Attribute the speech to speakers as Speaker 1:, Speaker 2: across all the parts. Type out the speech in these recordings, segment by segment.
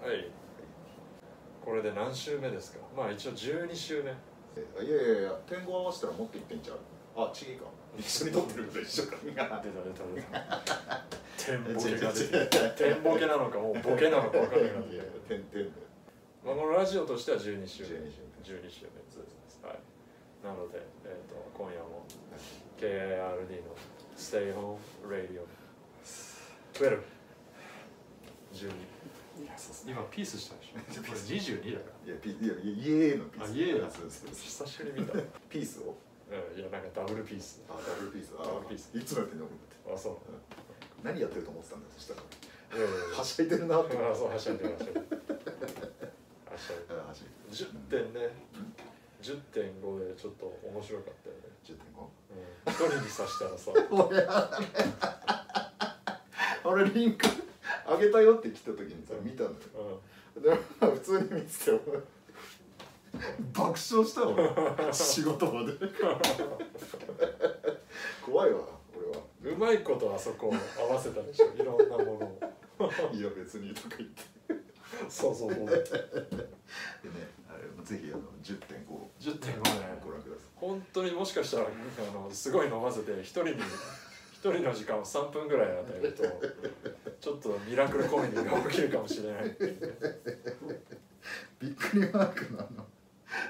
Speaker 1: はいこれで何週目ですかまあ一応12週目
Speaker 2: えいやいやいや点合合わせたらもっといってんちゃうあちぎか一緒に撮ってること一緒か
Speaker 1: 出た出た出た点ボ
Speaker 2: 違う
Speaker 1: ケが出
Speaker 2: 違う
Speaker 1: て点ボケなのかもう ボケなのか分からなくなって
Speaker 2: いや 点点だよ
Speaker 1: まあ、このラジオとしては12週目
Speaker 2: 12週
Speaker 1: 目12週目そうですねはいなので、えー、と今夜も KIRD の「Stay Home Radio」12 12
Speaker 3: いやそうっす今ピースしたでしょこれ22だか
Speaker 2: いやピいやいやイエーイのピース
Speaker 3: あイエーイだ
Speaker 2: そうそうそう
Speaker 1: 久しぶり見た、うん、
Speaker 2: ピースを
Speaker 1: いやなんかダブルピース
Speaker 2: あダブルピースあ
Speaker 1: ダブルピース
Speaker 2: いつもやってんの思って
Speaker 1: あそ
Speaker 2: 何やってると思ってたんだよそしたら
Speaker 1: ういやいやい や
Speaker 2: はしゃいでるなって思
Speaker 1: あ
Speaker 2: って
Speaker 1: そうはしゃいでましたはしゃいで
Speaker 2: うんはしゃい
Speaker 1: 10点ね10.5でちょっと面白かったよねう
Speaker 2: で10.5
Speaker 1: ん一人に刺したらさ
Speaker 2: あれリンクあげたよって来た時にさ見たのよ
Speaker 1: うん
Speaker 2: でも普通に見てて俺爆笑したよ俺仕事まで怖いわ俺は
Speaker 1: うまいことあそこを合わせたでしょいろんなものを
Speaker 2: いや別にとか言って
Speaker 1: そうそうそう
Speaker 2: でねあれぜひあの10.5ご
Speaker 3: ら10.5
Speaker 2: 覧くださ
Speaker 1: 本当にもしかしたらあのすごい飲ませて一人に一人の時間を3分ぐらい与えるとちょっとミラクルコメディが起きるかもしれないっていうね
Speaker 2: いびっくりマークのあの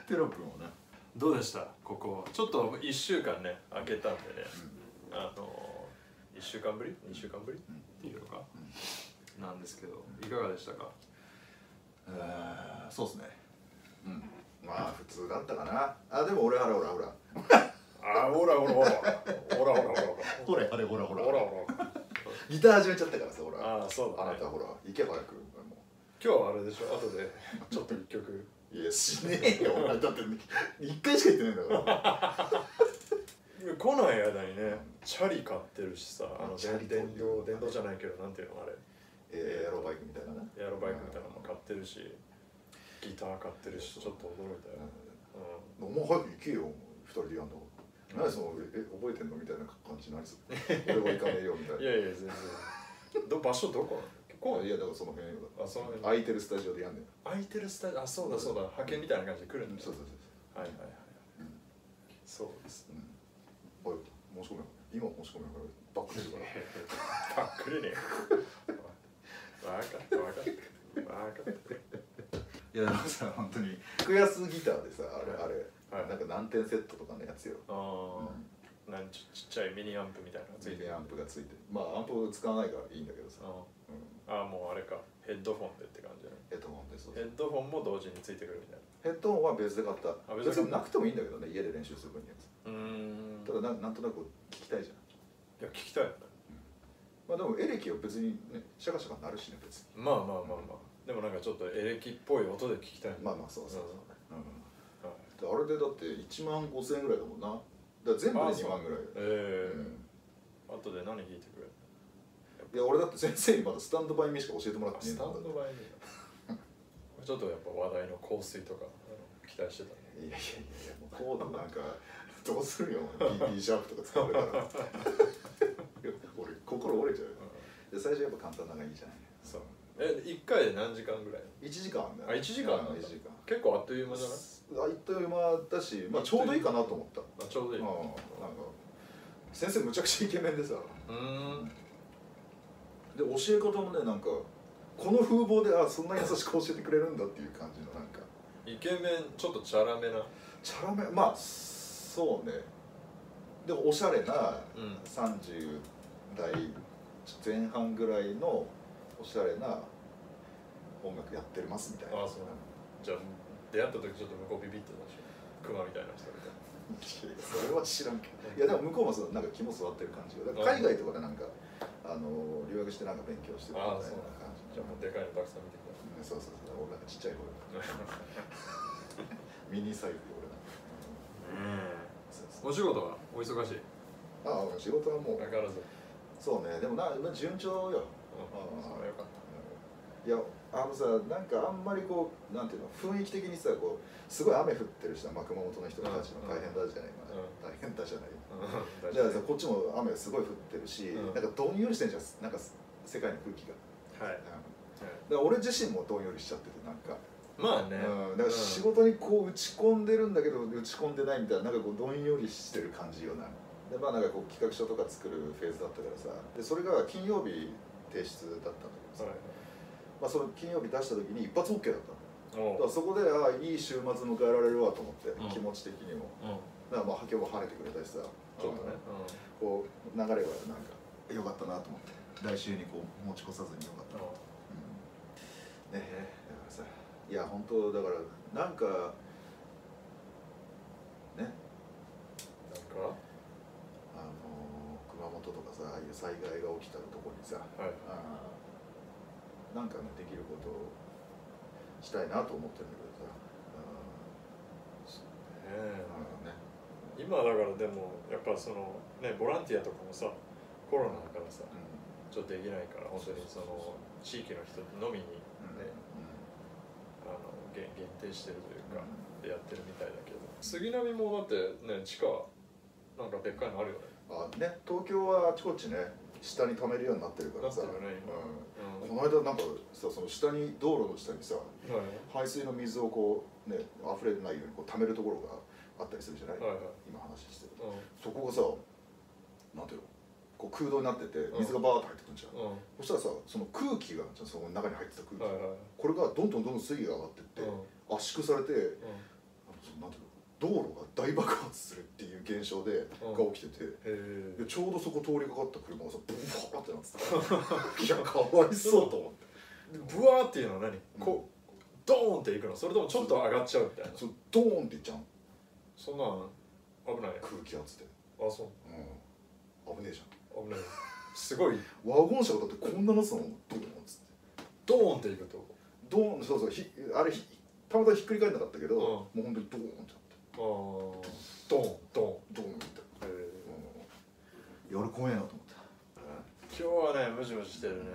Speaker 2: テロップもな
Speaker 3: どうでしたここ
Speaker 1: ちょっと1週間ね開けたんでねあの1週間ぶり2週間ぶり
Speaker 3: っていうのかなんですけどいかがでしたか
Speaker 2: あーそうっすねうんまあ普通だったかなあでも俺あれほらほら
Speaker 1: あほらほらほらほらほらほら
Speaker 2: ほらあれほら
Speaker 1: ほ
Speaker 2: ほ
Speaker 1: ら
Speaker 2: ら
Speaker 1: ほら
Speaker 2: ギター始めちゃったからさほら
Speaker 1: ああそうだ
Speaker 2: あな
Speaker 1: ね
Speaker 2: たほら行けば早くもう
Speaker 1: 今日はあれでしょ後でちょっと1曲
Speaker 2: いやしねえよお前だって一回しか言ってないんだから
Speaker 1: 来ない間にねチャリ買ってるしさあの
Speaker 2: チャリ
Speaker 1: 電動電動じゃないけどなんていうのあれ
Speaker 2: えーエアロバイクみたいなな
Speaker 1: エアロバイクみたいなのも買ってるしギター買ってるしちょっと驚いたよ、
Speaker 2: うんお前早く行けよ二人でやんだから何そのえ覚えてんのみたいな感じになりそう俺は行かねえよみたい
Speaker 1: うん、
Speaker 2: ない
Speaker 1: やいや全然ど場所どここ
Speaker 2: いやだからその辺よ
Speaker 1: あその辺
Speaker 2: 空いてるスタジオでやんねん
Speaker 1: 空いてるスタジオあそうだそうだ派遣みたいな感じで来るんだよ
Speaker 2: そうそうそう
Speaker 1: はいはいはいそうですね
Speaker 2: そうおい申し込めよ今申し込めよバックするから
Speaker 1: ばっくりねわかったわかったわかった
Speaker 2: いやでもさ本当にクヤスギターでさあれあれ、
Speaker 1: はい
Speaker 2: なんか何点セットとかのやつよ
Speaker 1: あーなんちちっちゃいミニアンプみたいなのがつい
Speaker 2: つい
Speaker 1: てる
Speaker 2: でアンプがついてるまあアンプを使わないからいいんだけどさ、
Speaker 1: あ
Speaker 2: うん、
Speaker 1: ーあーもうあれかヘッドフォンでって感じだね
Speaker 2: ヘッドホンでそう
Speaker 1: ヘッドフォンも同時についてくるみたい
Speaker 2: ヘッドホンは別で買った
Speaker 1: あ別で買った
Speaker 2: 別になくてもいいんだけどね家で練習する分には
Speaker 1: なうーん
Speaker 2: ただななんとなく聞きたいじゃん
Speaker 1: いや聞きたいよね
Speaker 2: まあでもエレキは別にねシャカシャカなるしね別に
Speaker 1: まあまあまあまあでもなんかちょっとエレキっぽい音で聞きたいね
Speaker 2: まあまあそうそうそう、うん
Speaker 1: うんはい
Speaker 2: であれでだって1万5千円ぐらいだもんなだから全部で
Speaker 1: あ
Speaker 2: 2万ぐらいだよ
Speaker 1: ええ
Speaker 2: うん
Speaker 1: あとで何弾いてくれる
Speaker 2: いや俺だって先生にまだスタンドバイミーしか教えてもらっ
Speaker 1: の
Speaker 2: て
Speaker 1: ス
Speaker 2: ねえん
Speaker 1: タ
Speaker 2: だ
Speaker 1: ンドバイミーこれちょっとやっぱ話題の香水とかあの期待してたね
Speaker 2: いやいやいやいやもうコードなんかどうするよ BB シャープとか使われた らいや俺心折れちゃうよで最初やっぱ簡単なのがいいじゃない
Speaker 1: そうえ一回で何時間ぐらい
Speaker 2: 1時間あんだよ
Speaker 1: あ一時間なんだ
Speaker 2: うん一時間
Speaker 1: 結構あっという間じゃない
Speaker 2: あっという間だし、まあ、ちょうどいいかなと思った
Speaker 1: あちょうどいい
Speaker 2: うん
Speaker 1: う
Speaker 2: なんか先生むちゃくちゃイケメンでさ
Speaker 1: ーん
Speaker 2: で教え方もねなんかこの風貌であそんな優しく教えてくれるんだっていう感じのなんか
Speaker 1: イケメンちょっとチャラめな
Speaker 2: チャラめまあそうねでもおしゃれな
Speaker 1: うん
Speaker 2: 30代前半ぐらいのおしゃれな音楽やってますみたいな
Speaker 1: あそうじゃあ出会った時ちょっと向こうビビってたでしょクマみたいな人みたいない
Speaker 2: やそれは知らんけどいやでも向こうもそうなんか肝座ってる感じがだから海外とかでなんかあの留学してなんか勉強してるみたいな
Speaker 1: あそう
Speaker 2: 感じ
Speaker 1: じゃあもうでかいのたくさん見てきた
Speaker 2: うんそうそうそう俺なんかちっちゃ い声ミニサイズで俺なんかそうそう
Speaker 3: お仕事はお忙しい
Speaker 2: ああ仕事はもう
Speaker 1: 相変わらず
Speaker 2: そうねでもなまあ順調よ
Speaker 1: うんそれはよかっ
Speaker 2: いやあのさなんかあんまりこうなんていうの雰囲気的にさこうすごい雨降ってるしさ、まあ、熊本の人たちも大変だじゃない、
Speaker 1: うん
Speaker 2: 大変だじゃない
Speaker 1: た
Speaker 2: じゃあさこっちも雨すごい降ってるし、
Speaker 1: うん
Speaker 2: なんかどんよりしてんじゃんなんか世界の空気が、
Speaker 1: はい
Speaker 2: うんから俺自身もどんよりしちゃっててなんか、
Speaker 1: まあね、
Speaker 2: うん、だから仕事にこう打ち込んでるんだけど打ち込んでないみたいななんかこうどんよりしてる感じよなでまあなんかこう企画書とか作るフェーズだったからさでそれが金曜日提出だったんだけどさ、まあ、その金曜日出した時に一発 OK だったの
Speaker 1: うん、お
Speaker 2: だから
Speaker 1: う
Speaker 2: そこでああいい週末迎えられるわと思って、
Speaker 3: うん
Speaker 2: 気持ち的にも
Speaker 1: うん
Speaker 2: だからまあ今日も晴れてくれたしさ
Speaker 1: ちょっとね、
Speaker 2: こう流れがなんか良かったなと思って来週にこう持ち越さずに良かったなと、うん、ね
Speaker 1: ね
Speaker 2: だからさいや本当だからなんかね
Speaker 1: なんか
Speaker 2: あのー熊本とかさああいう災害が起きたところにさ
Speaker 1: はい
Speaker 2: あーなんかねできることをしたいなと思ってるんだけどさ
Speaker 1: ねえ
Speaker 2: あーね
Speaker 1: 今だからでもやっぱそのねボランティアとかもさコロナだからさちょっとできないから本当にその地域の人のみに
Speaker 2: うん
Speaker 1: ねあの限限定してるという
Speaker 2: うん
Speaker 1: かでやってるみたいだけど杉並もだってね地下なんかでっかいのあるよね
Speaker 2: あね東京はあちこちね下に溜めるようになってるからさ、
Speaker 1: なってるねう
Speaker 2: うん、こ
Speaker 1: ん
Speaker 2: の間なんかさその下に道路の下にさ
Speaker 1: はい
Speaker 2: 排水の水をこうね溢れないようにこう溜めるところがあったりするじゃない、
Speaker 1: はいはい
Speaker 2: 今話してる
Speaker 1: う
Speaker 2: そこがさなんていうのこう空洞になってて水がバーッと入ってくるんじゃ
Speaker 1: ん
Speaker 2: ん、
Speaker 1: うん
Speaker 2: そしたらさその空気があるじゃんその中に入ってた空気、
Speaker 1: はいはい
Speaker 2: これがどんどんどんどん水位が上がってって、
Speaker 1: うん
Speaker 2: 圧縮されてあのそのなんていうの道路が大爆発するっていう現象で、
Speaker 1: うん
Speaker 2: が起きてて
Speaker 1: うんへえ
Speaker 2: でちょうどそこ通りかかった車がさブワーってなって たいやかわいそうと思って
Speaker 1: ブワーっていうのは何こうドーンっていくのそれともちょっと上がっちゃうみたいな
Speaker 2: そのドーンっていっちゃうの
Speaker 1: そんなん危ない
Speaker 2: 空気圧で、
Speaker 1: あそう
Speaker 2: うん、危ねえじゃ
Speaker 1: 危ないすごい
Speaker 2: んワゴン車がだってこんななってたのドーンっつって
Speaker 1: ドーンっていくと
Speaker 2: ドーンそうそうひあれひたまたまひっくり返んなかったけど、
Speaker 1: うん
Speaker 2: もう本当にドーンってなって
Speaker 1: あードーンド
Speaker 2: ドーンって、
Speaker 1: ーン、え
Speaker 2: うん、夜怖えなと思って
Speaker 1: ー、今日はねムシムシしてるね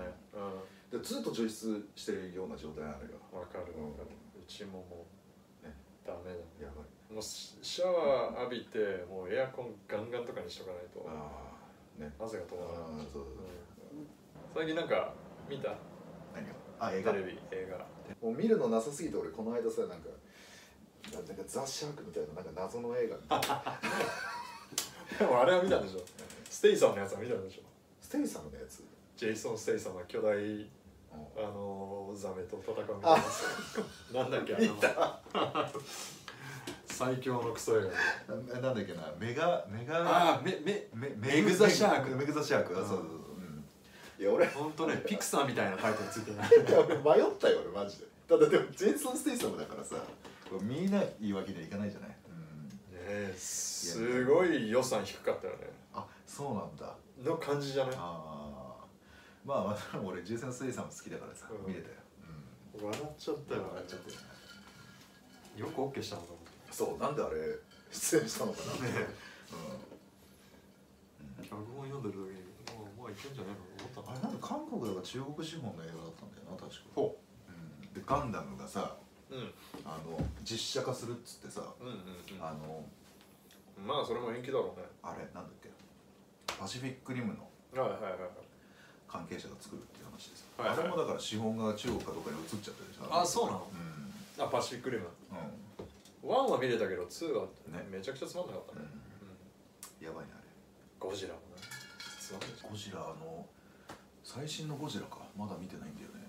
Speaker 1: うん
Speaker 2: でずっと除湿してるような状態なのよ
Speaker 1: わかるわかるうちももう、
Speaker 2: ね
Speaker 1: ダメだ
Speaker 2: やばい
Speaker 1: もうシシャワー浴びてもうエアコンガンガンとかにしとかないと
Speaker 2: ああね
Speaker 1: 汗が
Speaker 2: あ
Speaker 1: 止まらない、
Speaker 2: あそうそう
Speaker 1: う、
Speaker 2: そうん
Speaker 1: 最近なんか見た
Speaker 2: 何があ映
Speaker 1: テ
Speaker 2: 画
Speaker 1: レビ映画
Speaker 2: もう見るのなさすぎて俺この間さなんかななんかザ・シャークみたいななんか謎の映画みたいな
Speaker 1: でもあれは見たんでしょステイサンのやつは見たんでしょ
Speaker 2: ステイさんのやつ、
Speaker 1: ジェイソン・ステイサンの巨大
Speaker 2: うん
Speaker 1: あのー、ザメと戦うみたいなやつなんだっけあの 最強のクソ映画
Speaker 2: ななんだっけなメガメガ
Speaker 1: ああめめ
Speaker 2: メ
Speaker 1: メグザシャーク
Speaker 2: メグザシャークあ
Speaker 1: うん
Speaker 2: そうそうそう、うん、いや俺い
Speaker 1: ほんとねピクサーみたいなタイトルついてない
Speaker 2: や俺迷ったよ俺マジでただでもジェイソン・ステイサムだからさこう見ないわけにはいかないじゃない、うん、
Speaker 1: ねすごい予算低かったよね
Speaker 2: あそうなんだ
Speaker 1: の感じじゃない
Speaker 2: ああまあまあ俺ジェイソン・ステイサム好きだからさ、
Speaker 1: うん
Speaker 2: 見れたよ、
Speaker 1: 笑っちゃっ
Speaker 2: う
Speaker 1: た
Speaker 2: ん、
Speaker 1: よ
Speaker 2: 笑っちゃってる
Speaker 1: よく OK したのと思って
Speaker 2: そうなんであれ出演したのかな、
Speaker 3: 脚本読んでる時にもうもういけんじゃないのと
Speaker 2: うん、あ
Speaker 3: 思っ
Speaker 2: れなんか韓国だから中国資本の映画だったんだよな確か
Speaker 1: ほ
Speaker 2: うん、でガンダムがさ
Speaker 1: うん
Speaker 2: あの実写化するっつってさ、
Speaker 1: うんうん
Speaker 2: あの
Speaker 1: うんまあそれも延期だろうね
Speaker 2: あれなんだっけパシフィックリムの
Speaker 1: はいはいはいはい
Speaker 2: 関係者が作るっていう話ですよ、
Speaker 1: はいはい
Speaker 2: あれもだから資本が中国かどっかに移っちゃってるじゃん
Speaker 3: あそうなの
Speaker 2: う
Speaker 1: あパシフィックリム
Speaker 2: ん、うん
Speaker 1: 1は見れたけど2は
Speaker 2: ね
Speaker 1: めちゃくちゃつまんなかったね
Speaker 2: やばいねあれ
Speaker 1: うんゴジラもねつまんない
Speaker 2: ゴジラの最新のゴジラかまだ見てないんだよね、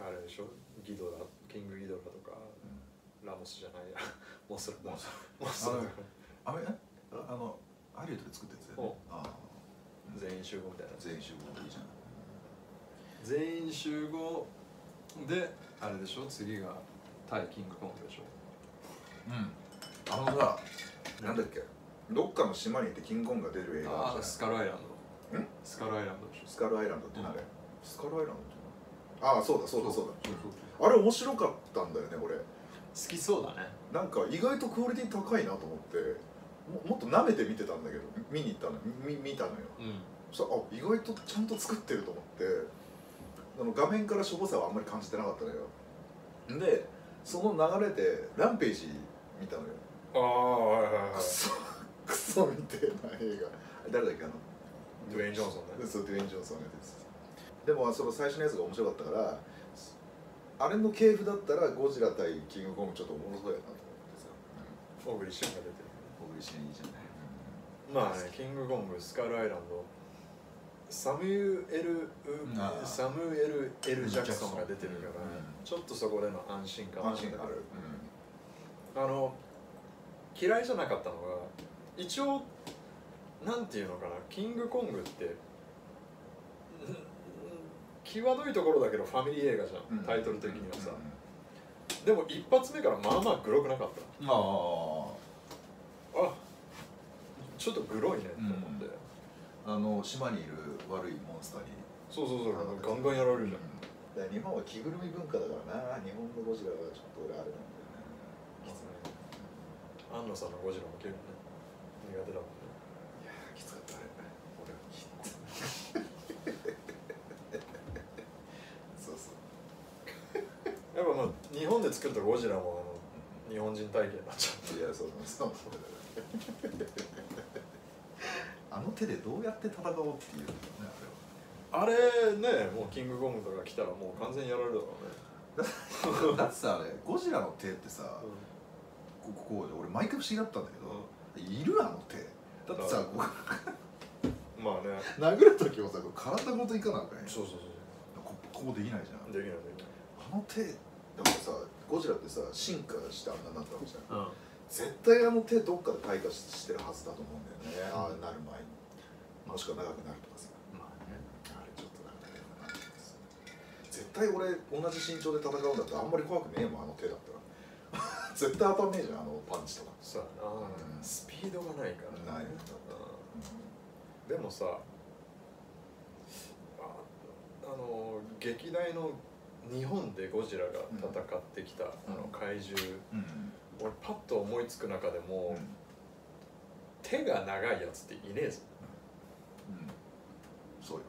Speaker 1: あれでしょギドラキングギドラとかラモスじゃないや モスラだ
Speaker 2: モス
Speaker 1: モスラだから
Speaker 2: あれああのハリウッドで作ったやつだよね
Speaker 1: お
Speaker 2: ああ
Speaker 1: 全員集合みたいな
Speaker 2: 全員集合いいじゃん
Speaker 3: 全員集合であれでしょ次が対キングコントでしょ
Speaker 2: うんあのさなんだっけどっかの島に行ってキングコングが出る映画あ
Speaker 3: あ
Speaker 2: る
Speaker 3: あ
Speaker 2: じゃ
Speaker 3: スカルアイランド
Speaker 2: ん
Speaker 3: スカルアイランドでしょ
Speaker 2: んスカルアイランドってあれ、
Speaker 3: う
Speaker 2: スカルアイランドってああそうだそうだそう
Speaker 3: そうそう
Speaker 2: だあれ面白かったんだよね俺
Speaker 3: 好きそうだね
Speaker 2: なんか意外とクオリティ高いなと思ってももっと舐めて見てたんだけど見に行ったのみ見たのよ
Speaker 3: うん
Speaker 2: そしたらあ意外とちゃんと作ってると思ってあの画面からしょぼさはあんまり感じてなかったのよでその流れで「ランページ」見たのよ
Speaker 1: ああはいはいはい
Speaker 2: クソクソみたいな映画誰だっけあの
Speaker 1: ドゥエイン・ジョンソンね
Speaker 2: そうデュエイン・ジョンソンのやつですでもその最初のやつが面白かったからあれの系譜だったらゴジラ対キングコングちょっとおもろそうやなと思ってさ
Speaker 1: 小栗旬が出てる
Speaker 2: 小栗旬いいじゃない、
Speaker 1: まあねキングコングスカルアイランドサミュエル・
Speaker 2: あー
Speaker 1: サムエル・エル・ジャクソンが出てるから、
Speaker 2: うん
Speaker 1: ちょっとそこでの安心感
Speaker 2: 安心感ある、
Speaker 1: あの嫌いじゃなかったのが一応なんていうのかなキングコングってうん際どいところだけどファミリー映画じゃん、
Speaker 2: うん
Speaker 1: タイトル的にはさ、でも一発目からまあまあグロくなかっ
Speaker 2: ああ
Speaker 1: たあちょっとグロいねと思って、
Speaker 2: うんあの島にいる悪いモンスターに
Speaker 1: そうそうそう
Speaker 2: あの
Speaker 1: ガンガンやられるじゃん、
Speaker 2: だから日本は着ぐるみ文化だからな日本のゴジラはちょっと俺あれなんだよね
Speaker 1: 安野さんのゴジラも結構ね苦手だもんね
Speaker 2: いやーきつかったあれ俺はきつそうそう
Speaker 1: やっぱまあ日本で作るとゴジラもあの日本人体型になっちゃう
Speaker 2: いやそうそうそうあの手でどうやって戦おうっていうのねあれは
Speaker 1: あれねもうキングコングとか来たらもう完全にやられるだろうね
Speaker 2: だってさあれゴジラの手ってさ、こここうで俺毎回不思議だったんだけど、いるあの手だってさこ
Speaker 1: まあね
Speaker 2: う殴る時もさこう体ごといかなあかんやん
Speaker 1: そうそうそ
Speaker 2: ここうできないじゃん
Speaker 1: うできないで
Speaker 2: あの手だからさゴジラってさ進化してあんなになったわけじゃん
Speaker 1: きない、
Speaker 2: 絶対あの手どっかで開花ししてるはずだと思うんだよね、ああなる前にもしくは長くなるとかさ
Speaker 3: まあね
Speaker 2: あれちょっとなんかねなってます絶対俺同じ身長で戦うんだったらあんまり怖くねえもんあの手だったら 絶対当たんねえじゃんあのパンチとか
Speaker 1: そうやな、
Speaker 2: うん
Speaker 1: スピードがないから
Speaker 2: ない
Speaker 1: うんでもさああの劇大の日本でゴジラが戦ってきた、あの怪獣
Speaker 2: うん
Speaker 1: 俺パッと思いつく中でも、
Speaker 2: うん
Speaker 1: 手が長いやつっていねえぞ
Speaker 2: そうよ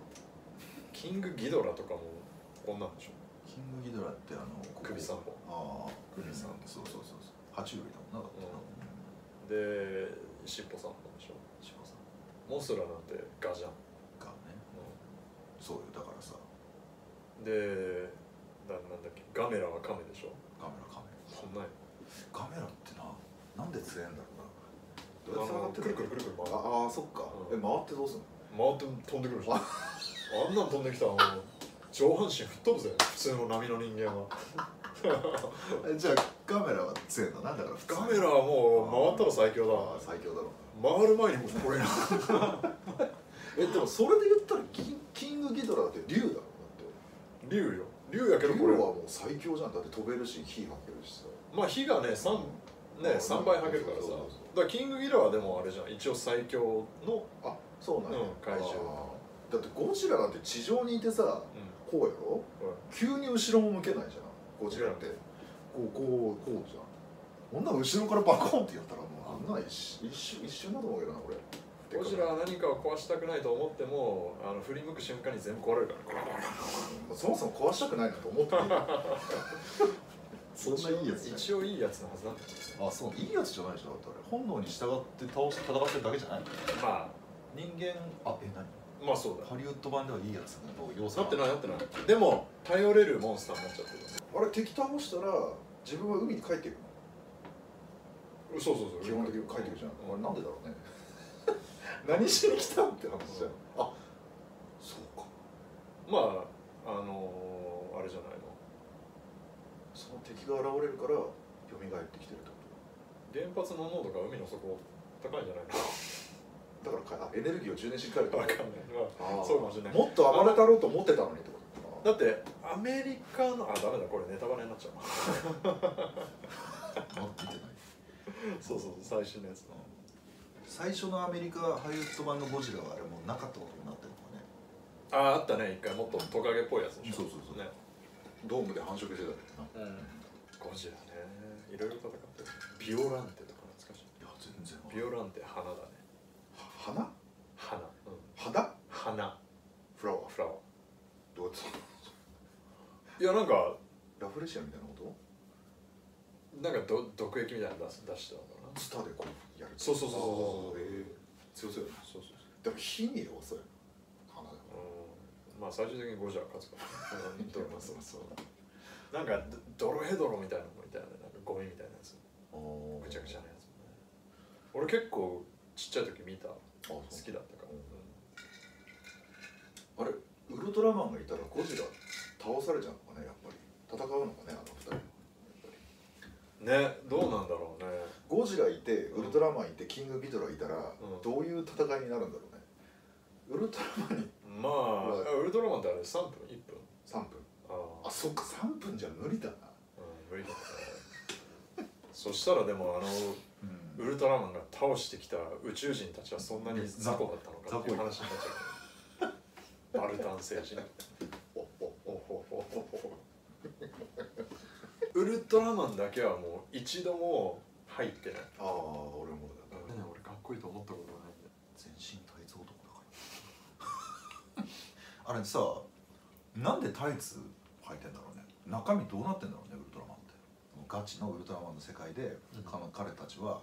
Speaker 1: キングギドラとかもこんなんでしょ
Speaker 2: キングギドラってあのここ
Speaker 1: 首三本
Speaker 2: ああ
Speaker 1: 首三本
Speaker 2: うんそうそうそうそう爬虫類だもんなだってな
Speaker 1: うで尻尾さんなんでしょ
Speaker 2: 志保さん
Speaker 1: モスラなんてガジャン、
Speaker 2: がねそうよだからさ
Speaker 1: でだなんだっけガメラはカメでしょ
Speaker 2: ガメラカメ
Speaker 1: そんなんよ
Speaker 2: ラガメラってななんで強えんだろうな
Speaker 1: あのくるくるくるくる回る
Speaker 2: ああそっか
Speaker 1: うん
Speaker 2: え回ってどうすんの
Speaker 1: 回って飛んでくるでしょあんなん飛んできたらもう上半身吹っ飛ぶぜ普通の波の人間は
Speaker 2: えじゃあガメラは強いんだなだから普通
Speaker 1: ガメラはもう回ったら最強だ
Speaker 2: ああ最強だろう
Speaker 1: 回る前にもうこれな
Speaker 2: えでもそれで言ったらキンキングギドラって竜だろだ
Speaker 1: 竜よ竜や
Speaker 2: って
Speaker 1: けど
Speaker 2: 竜
Speaker 1: これ
Speaker 2: は
Speaker 1: は
Speaker 2: もう最強じゃんだって飛べるし火吐けるしさ
Speaker 1: まあ火がね 3, ね三倍はけるからさ
Speaker 2: そう
Speaker 1: だ
Speaker 2: そうそう
Speaker 1: からキングギドラはでもあれじゃん一応最強の、
Speaker 2: あそうなんや、
Speaker 1: うん怪獣
Speaker 2: あーだってゴジラなんて地上にいてさ
Speaker 1: う
Speaker 2: こうやろ
Speaker 1: んうん、
Speaker 2: 急に後ろも向けないじゃんゴジラってこうこうこうじゃんこんな後ろからバコンってやったらもうあんな一瞬一瞬一瞬だと思うけどな俺
Speaker 1: ゴジラは何かを壊したくないと思ってもあの振り向く瞬間に全部壊れるからね
Speaker 2: そもそも壊したくないなと思ってる そんないいやつじゃない
Speaker 1: 一応いいやつのはずなんだ
Speaker 2: あそういいやつじゃないでしょだってあれ本能に従って倒し戦ってるだけじゃない
Speaker 1: まあ人間
Speaker 2: あえ何
Speaker 1: まあそうだ
Speaker 2: ハリウッド版ではいいやつだと要
Speaker 1: なってないなってないでも頼れるモンスターになっちゃってる
Speaker 2: あれ敵倒したら自分は海に帰っていく
Speaker 1: そうそうそう
Speaker 2: 基本的に帰ってくるじゃん、
Speaker 1: う
Speaker 2: あれなんでだろうね 何しに来たんって話じゃん、あそうか
Speaker 1: まああのーあれじゃないの
Speaker 2: その敵が現れるから蘇ってきてるってこ
Speaker 1: 原発の濃度が海の底高いんじゃない
Speaker 2: とだからかあエネルギーを充電しに帰るって
Speaker 1: の
Speaker 2: こ
Speaker 1: わかん
Speaker 2: と
Speaker 1: ないま
Speaker 2: あ
Speaker 1: あ
Speaker 2: ー
Speaker 1: そうかもしれない
Speaker 2: もっと暴れたろうと思ってたのにってこと
Speaker 1: だってアメリカのあダメだこれネタバレになっちゃう
Speaker 2: だってない
Speaker 1: そうそうそう最新のやつの
Speaker 2: 最初のアメリカハリウッド版のゴジラはあれもうなかったことになってるのね
Speaker 1: あああったね一回もっとトカゲっぽいやつでしょ
Speaker 2: そうそうそう
Speaker 1: ね
Speaker 2: ドームで繁殖してたんだよな
Speaker 1: うんゴジラねいろいろ戦ってるビオランテとか懐かしい
Speaker 2: いや全然
Speaker 1: ビオランテ花だね
Speaker 2: 花
Speaker 1: 花、うん、
Speaker 2: 肌
Speaker 1: 花
Speaker 2: フラワー
Speaker 1: フラワ
Speaker 2: どうやって
Speaker 1: ーいやなんか
Speaker 2: ラフレシアみたいなこ
Speaker 1: なんかど毒液みたいなの出す出してたのかな
Speaker 2: とツタでこうやる
Speaker 1: そうそうそうそうそう
Speaker 2: あーへえ強そうやな
Speaker 1: そうそうそう
Speaker 2: でも火に弱そうやな花だか
Speaker 1: うんまあ最終的にゴジラは勝つからうん
Speaker 2: ら
Speaker 1: と思います
Speaker 2: そうそう
Speaker 1: なんかドロヘドロみたいなのみたいななんかゴミみたいなやつ
Speaker 2: お
Speaker 1: ぐ
Speaker 2: ー
Speaker 1: ちゃぐちゃなやつもね俺結構ちっちゃい時見た好
Speaker 2: あそ
Speaker 1: き
Speaker 2: う
Speaker 1: だったから、
Speaker 2: あれウルトラマンがいたらゴジラ倒されちゃうのかねやっぱり戦うのかねあの二人はやっぱり
Speaker 1: ねどうなんだろうね、
Speaker 2: ゴジラいてウルトラマンいてキングギドラいたら、
Speaker 1: うん
Speaker 2: どういう戦いになるんだろうねウルトラマンに
Speaker 1: まあ、
Speaker 2: はい
Speaker 1: あウルトラマンってあれ3分1分
Speaker 2: 3
Speaker 1: あ
Speaker 2: 分
Speaker 1: あ
Speaker 2: あそっか3分じゃ無理だな、
Speaker 1: うん無理だったねそしたらでもあの
Speaker 2: うん
Speaker 1: ウルトラマンが倒してきた宇宙人たちはそんなに雑魚だったのかっていう話になっちゃうバルタン星人
Speaker 2: おお
Speaker 1: おほほほほウルトラマンだけはもう一度も入ってない
Speaker 2: ああ俺もだな
Speaker 1: うん
Speaker 3: ね俺かっこいいと思ったことないんだよ
Speaker 2: 全身タイツ男だから あれさなんでタイツ履いてんだろうね中身どうなってんだろうねウルトラマンってガチのウルトラマンの世界で、
Speaker 3: うん
Speaker 2: かの彼たちは、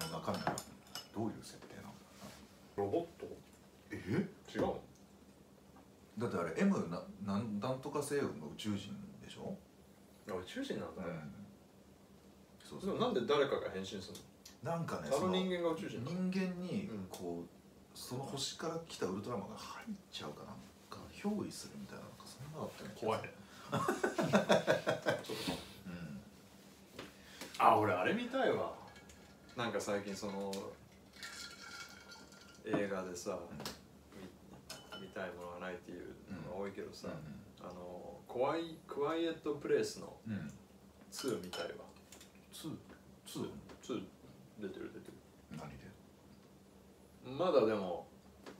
Speaker 2: の中身はどういう設定なの
Speaker 1: ロボット
Speaker 2: え
Speaker 1: 違うの
Speaker 2: だってあれ M ななんなんとか星雲の宇宙人でしょ、
Speaker 1: あ宇宙人なんだね、
Speaker 2: そう
Speaker 1: で
Speaker 2: そ
Speaker 1: も
Speaker 2: う
Speaker 1: なんで誰かが変身する
Speaker 2: なんかね
Speaker 1: のあ
Speaker 2: そ
Speaker 1: の
Speaker 2: の
Speaker 1: 人間が宇宙人なの
Speaker 2: 人間に
Speaker 1: うん
Speaker 2: こうその星から来たウルトラマンが入っちゃうかなんか憑依するみたいななんかそんなのあったような気が
Speaker 3: 怖
Speaker 2: す
Speaker 3: い
Speaker 2: る
Speaker 1: ちょっと
Speaker 2: うん
Speaker 1: あ俺あれ見たいわなんか最近その映画でさ、み見たいものがないっていうのが多いけどさ、あのクワイクワイエットプレイスの
Speaker 2: うんうん
Speaker 1: 2みたいわ
Speaker 2: ツーツー
Speaker 1: 2出てる出て
Speaker 2: 何で
Speaker 1: るまだでも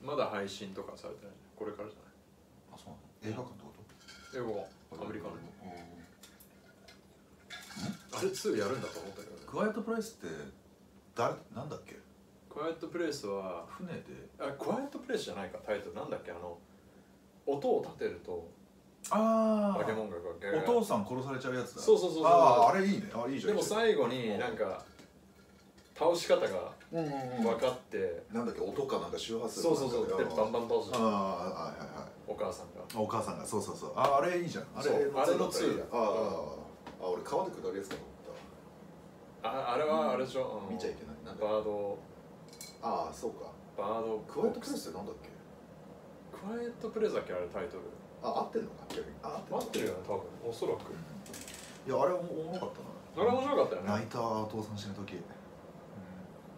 Speaker 1: まだ配信とかされてないねこれからじゃ
Speaker 2: あそうなの映画館ってこ
Speaker 1: ない英語
Speaker 2: と
Speaker 1: アメリカの
Speaker 2: うん
Speaker 1: あれ2やるんだと思ったけどね
Speaker 2: クワイエットプライスって誰なんだっけ
Speaker 1: クワイエットプレイスは
Speaker 2: 船で
Speaker 1: あクワイエットプレイスじゃないかタイトルなんだっけあの音を立てると
Speaker 2: あ
Speaker 1: 化け
Speaker 2: あ
Speaker 1: 物がガ
Speaker 2: お
Speaker 1: ガガ
Speaker 2: 父さん殺されちゃうやつだ
Speaker 1: そうそうそうそう
Speaker 2: あああれいいねあいいじゃ
Speaker 1: で
Speaker 2: ん
Speaker 1: も最後になんか倒し方が
Speaker 2: うんうん
Speaker 1: 分かって、
Speaker 2: なんだっけ音かなんか周波数
Speaker 1: そ
Speaker 2: か
Speaker 1: うそうそう
Speaker 2: なん
Speaker 1: で
Speaker 2: か
Speaker 1: バンバン倒す
Speaker 2: ああはいはいはい
Speaker 1: お母さんが
Speaker 2: お母さんがそうそうそうああれいいじゃんあれ
Speaker 1: そうあれの
Speaker 2: ツーだ
Speaker 1: ツー
Speaker 2: あああ俺川で下るやつかと思っ
Speaker 1: ああれはあれでしょ、あの
Speaker 2: た見ちゃいけないなんだ
Speaker 1: バード
Speaker 2: ああそうか
Speaker 1: バード
Speaker 2: クワイエットプレスってなんだっけ
Speaker 1: クワイエットプレイスだっけあれタイトル
Speaker 2: あ合ってるのか逆にあ
Speaker 1: 合ってるよね多分おそらく
Speaker 2: いやあれおもおもろかっ
Speaker 1: あれ面白かったよ
Speaker 2: たな
Speaker 1: ね
Speaker 2: 泣いたお父さん死ぬ時、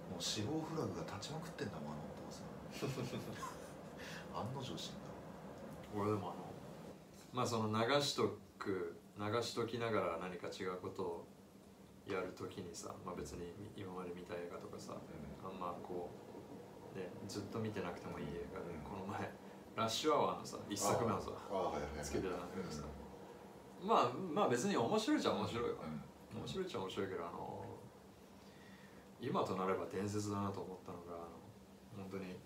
Speaker 2: もう死亡フラグが立ちまくってんだもんあのお父さん案の定死んだ
Speaker 3: 俺でもあのまあその流しとく流しときながら何か違うことをやるときにさ、まあ、別に今まで見た映画とかさあんまこう、ね、ずっと見てなくてもいい映画で、
Speaker 2: うん
Speaker 3: この前ラッシュアワーのさ一作目のさ
Speaker 2: ああはいはいはい
Speaker 3: つけてたんだ
Speaker 2: う
Speaker 3: け
Speaker 2: ん
Speaker 3: どさ、まあまあ別に面白いっちゃ面白いわ
Speaker 2: うん
Speaker 3: 面白いっちゃ面白いけどあの今となれば伝説だなと思ったのがあの本当に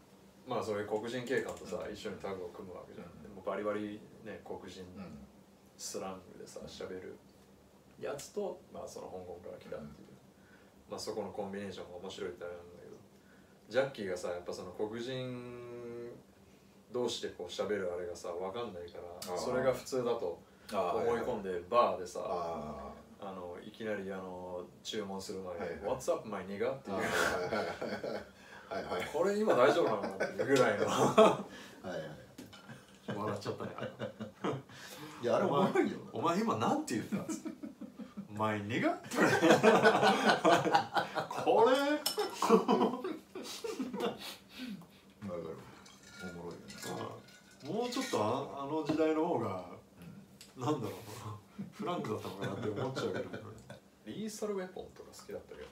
Speaker 1: まあそういう黒人警官とさ一緒にタッグを組むわけじゃん、
Speaker 2: うん
Speaker 1: でもバリバリね黒人
Speaker 2: うん
Speaker 1: スラングでさ喋るやつと、まあ、その香港から来たっていう、まあ、そこのコンビネーションが面白いってあれなんだけどジャッキーがさやっぱその黒人同士でこう喋るあれがさ分かんないか
Speaker 2: あ
Speaker 1: ら
Speaker 2: ー
Speaker 1: それが普通だと
Speaker 2: ああ
Speaker 1: 思い込んでバーでさ
Speaker 2: あ
Speaker 1: あ
Speaker 2: あ
Speaker 1: のいきなりあの注文する前に
Speaker 2: はいはい
Speaker 1: 「What's up my nigga?」っていう
Speaker 2: はいはいはいはい
Speaker 1: これ今大丈夫なのっていうぐらいの
Speaker 2: はいはい
Speaker 3: 笑っちゃったねあれ
Speaker 2: いやあれおもろいよ
Speaker 3: お前今なんて言ったんですか前にがこれ
Speaker 2: なわかるおもろいよね
Speaker 3: もうちょっとああの時代の方がなんだろうフランクだったのかなって思っちゃうけど
Speaker 1: リーサルウェポンとか好きだったけど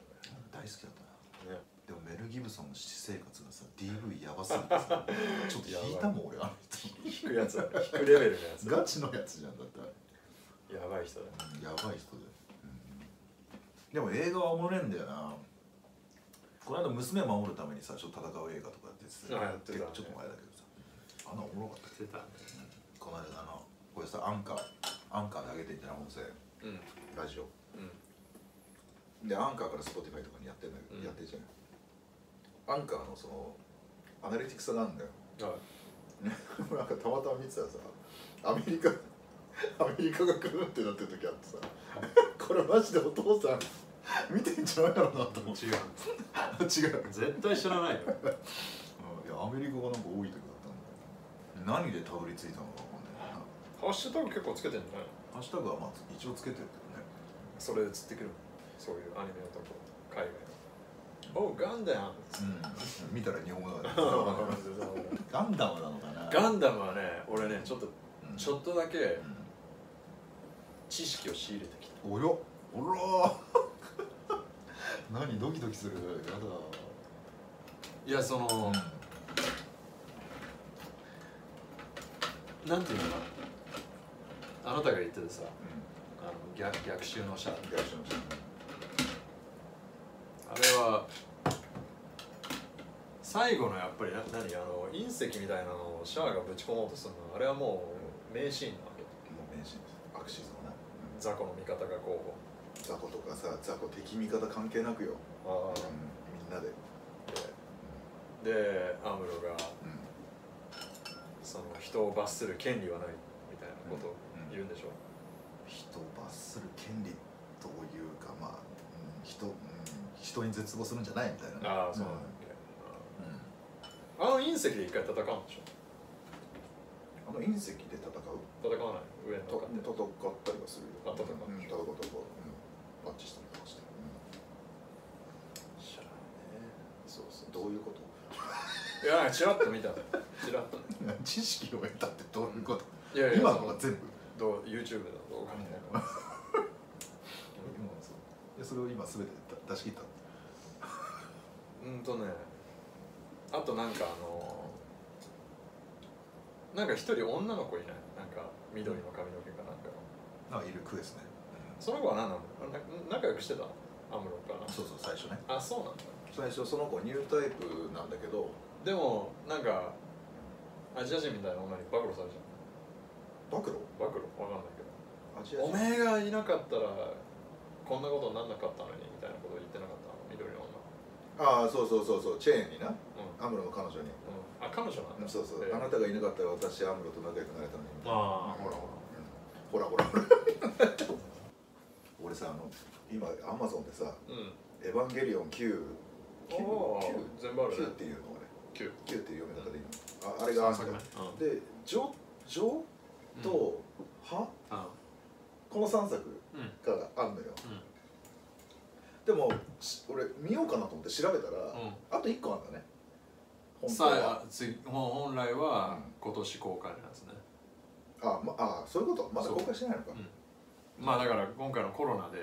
Speaker 2: 大好きだったな
Speaker 1: ねね
Speaker 2: でもメル・ギブソンの私生活がさ DV やばすぎてさちょっと引いたもん俺あの人
Speaker 1: 引くやつだね引く レベルのやつ
Speaker 2: ガチのやつじゃんだってあれ
Speaker 1: やばい人だね
Speaker 2: うんやばい人で、うん、でも映画はおもれんだよなこの間娘守るためにさちょっと戦う映画とかやってて
Speaker 1: あやってたね
Speaker 2: ちょっと前だけどさあんなおもろかったよ
Speaker 3: してたね
Speaker 2: この間あのこれさアンカーアンカーで上げていってな音声
Speaker 1: うん
Speaker 2: ラジオ
Speaker 1: うん
Speaker 2: でアンカーから Spotify とかにやってんだけど、
Speaker 1: うん
Speaker 2: やってるじゃんアンカーのそのアナ リティクスがあるんだよ
Speaker 1: はい
Speaker 2: ねなんかたまたま見てたらさアメリカ アメリカが来るってなってる時あってさ これマジでお父さん 見てんじゃないだろうなと思って
Speaker 3: 違う
Speaker 2: 違う、
Speaker 3: 絶対知らないよ
Speaker 2: いやアメリカがなんか多い時だったんだよ何でたどり着いたのかわかんないな
Speaker 1: ハッシュタグ結構つけてんじゃない
Speaker 2: ハッシュタグはまあ一応つけてるけどね
Speaker 1: それ映ってくるそういうアニメのとこ海外おガンダム
Speaker 2: うん見たら日本語だ からわかんない
Speaker 1: ガ
Speaker 2: ガンダムなのかな
Speaker 1: ンダムはね俺ねちょっと
Speaker 2: うん
Speaker 1: ちょっとだけ
Speaker 2: う
Speaker 1: 知識を仕入れてきた
Speaker 2: んおよお らー何ドキドキするや
Speaker 3: いやその
Speaker 2: だ
Speaker 3: なんていうのかなあなたが言っててさあの逆逆襲の者あ
Speaker 2: いやしました
Speaker 3: れは
Speaker 1: 最後のやっぱりな何あの隕石みたいなのをシャアがぶち込もうとするのあれはもう名シーンなわけ
Speaker 2: もう名シーンですアクシーズもね
Speaker 1: 雑魚の味方がこう
Speaker 2: 雑魚とかさ雑魚敵味方関係なくよ、
Speaker 1: あ
Speaker 2: うんみんなで、
Speaker 1: ーでアムロが
Speaker 2: うん
Speaker 1: その人を罰する権利はないみたいなことを
Speaker 2: うん
Speaker 1: 言うんでしょ、
Speaker 2: 人を罰する権利というかまあ、うん人うん人に絶望するんじゃないみたいなね
Speaker 1: ああそうなんだっけ、あの隕石で一回戦うんでしょ
Speaker 2: うんあの隕石で戦う
Speaker 1: 戦わない上の
Speaker 2: と
Speaker 1: 方って
Speaker 2: 戦ったりはする
Speaker 1: あ
Speaker 2: よ
Speaker 1: 戦う
Speaker 2: うん、戦う戦う、うん、パッチしたりとかして、うん
Speaker 1: 知ら
Speaker 2: そうそうどういうこと
Speaker 1: ないいやチラッと見たのよチラッとね
Speaker 2: 知識を得たってどういうこと
Speaker 1: いやいや
Speaker 2: 今
Speaker 1: そ
Speaker 2: の
Speaker 1: の
Speaker 2: が全部
Speaker 1: どう YouTube の動画みたいな
Speaker 2: 今のそう でそれを今全て出し切った
Speaker 1: うんとねあとなんかあのなんか一人女の子いないなんか緑の髪の毛かなんかの
Speaker 2: あいる句ですね、
Speaker 1: その子は何なのあな仲良くしてたのアムロか
Speaker 2: うんそうそう最初ね
Speaker 1: なあそうなんだ
Speaker 2: 最初その子ニュータイプなんだけど
Speaker 1: でもなんかアジア人みたいな女に暴露されちゃう
Speaker 2: 暴露
Speaker 1: 暴露わかんないけど
Speaker 2: アジア人
Speaker 1: おめえがいなかったらこんなことになんなかったのにみたいなこと言ってなかったの緑の女
Speaker 2: ああそうそうそうそうチェーンにな
Speaker 1: うん、
Speaker 2: アムロの彼女に
Speaker 1: うん、あ彼女なんだ
Speaker 2: そうそう、
Speaker 1: えー
Speaker 2: あなたがいなかったら私アムロと仲良くなれたのに
Speaker 1: ああほらほ
Speaker 2: ほらほらほら 俺さあの今アマゾンでさ
Speaker 1: らうん
Speaker 2: 「エヴァンゲリオン9」
Speaker 1: おお
Speaker 2: 9
Speaker 1: 全部あるね
Speaker 2: 9っていうの
Speaker 1: キュー
Speaker 2: 俺9っていう読み方でいいのああれがあんだ
Speaker 3: 作
Speaker 2: よ
Speaker 3: 目
Speaker 2: で「ジョ」ジョと「は」この3作があるのよ、でもし俺見ようかなと思って調べたら、あと1個あるんだね
Speaker 3: うん
Speaker 2: 本当
Speaker 3: さ
Speaker 2: は
Speaker 3: あ次本本来は
Speaker 2: うん
Speaker 3: 今年公開なんですね
Speaker 2: あ、まあそういうことまだ
Speaker 3: そう
Speaker 2: 公開してないのか
Speaker 3: うんまあだから今回のコロナで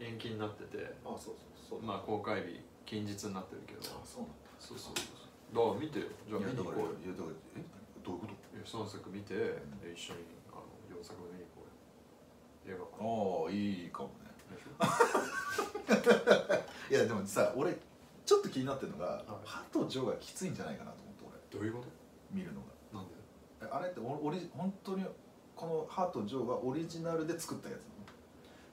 Speaker 2: うん
Speaker 3: 延期になってて
Speaker 2: あそうそうそう
Speaker 3: まあ公開日近日になってるけど
Speaker 2: あそうなんだ
Speaker 3: そうそうそうだから見てよじゃあ見
Speaker 2: いや
Speaker 3: に
Speaker 2: だ
Speaker 3: 行
Speaker 2: か
Speaker 3: こ
Speaker 2: ら
Speaker 3: うよ
Speaker 2: いやだからえどういうこ
Speaker 3: 3作見てで一緒にあの4作目見に行こうよ映画館
Speaker 2: とああいいかもね
Speaker 3: でしょ
Speaker 2: いやでもさ俺ちょっと気になってるのが
Speaker 3: い
Speaker 2: 歯とジョがきついんじゃないかなと思って俺
Speaker 3: どういうこ
Speaker 2: 見るの
Speaker 3: となんで
Speaker 2: がえあれっておオリジ本当にこの歯とジョがオリジナルで作ったやつ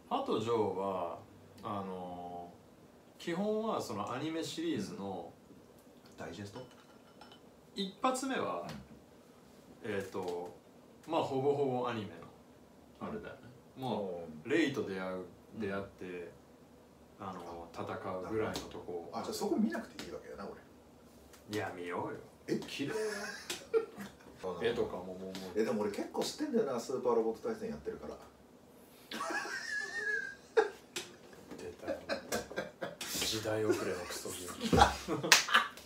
Speaker 3: ハとジョーはあのー基本はそのアニメシリーズの
Speaker 2: ダイジェスト
Speaker 3: 一発目は
Speaker 2: うん
Speaker 3: えっ、とまあほぼほぼアニメのあれだよねもうレイと出会う出会ってあの戦うぐらいのとこ
Speaker 2: あじゃあそこ見なくていいわけだな
Speaker 3: い
Speaker 2: 俺
Speaker 3: や見ようよ
Speaker 2: え
Speaker 3: 綺麗絵とかももうもう
Speaker 2: えでも俺結構知ってんだよなスーパーロボット対戦やってるから
Speaker 3: 出たよ時代遅れのクソゲーム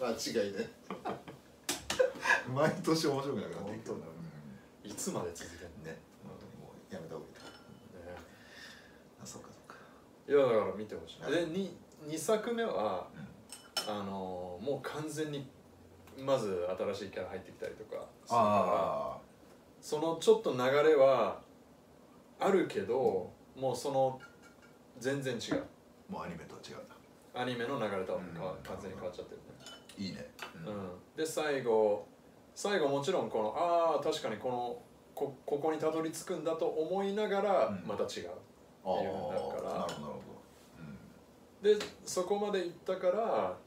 Speaker 2: あ違いね 毎年面白くなくなっていく
Speaker 1: 本当だいつまで続けん
Speaker 2: うんね本当にもうやめた方がいいと
Speaker 1: のね
Speaker 2: あそっかそっか
Speaker 1: いやだから見てほし
Speaker 2: はい
Speaker 1: いで 2, 二作目は
Speaker 2: うん
Speaker 1: あのーもう完全にまず新しいキャラ入ってきたりとかするから
Speaker 2: あ
Speaker 1: そのちょっと流れはあるけどもうその全然違う
Speaker 2: あもうアニメとは違うんだ
Speaker 1: アニメの流れとは変わ
Speaker 2: うん
Speaker 1: 完全に変わっちゃってるね
Speaker 2: いいねうん
Speaker 1: うん、で最後最後もちろんこのああ確かにこのこここにたどり着くんだと思いながら
Speaker 2: うん
Speaker 1: また違う、
Speaker 2: ああ
Speaker 1: いいよねだから
Speaker 2: なるほどなるほ
Speaker 1: でそこまで行ったから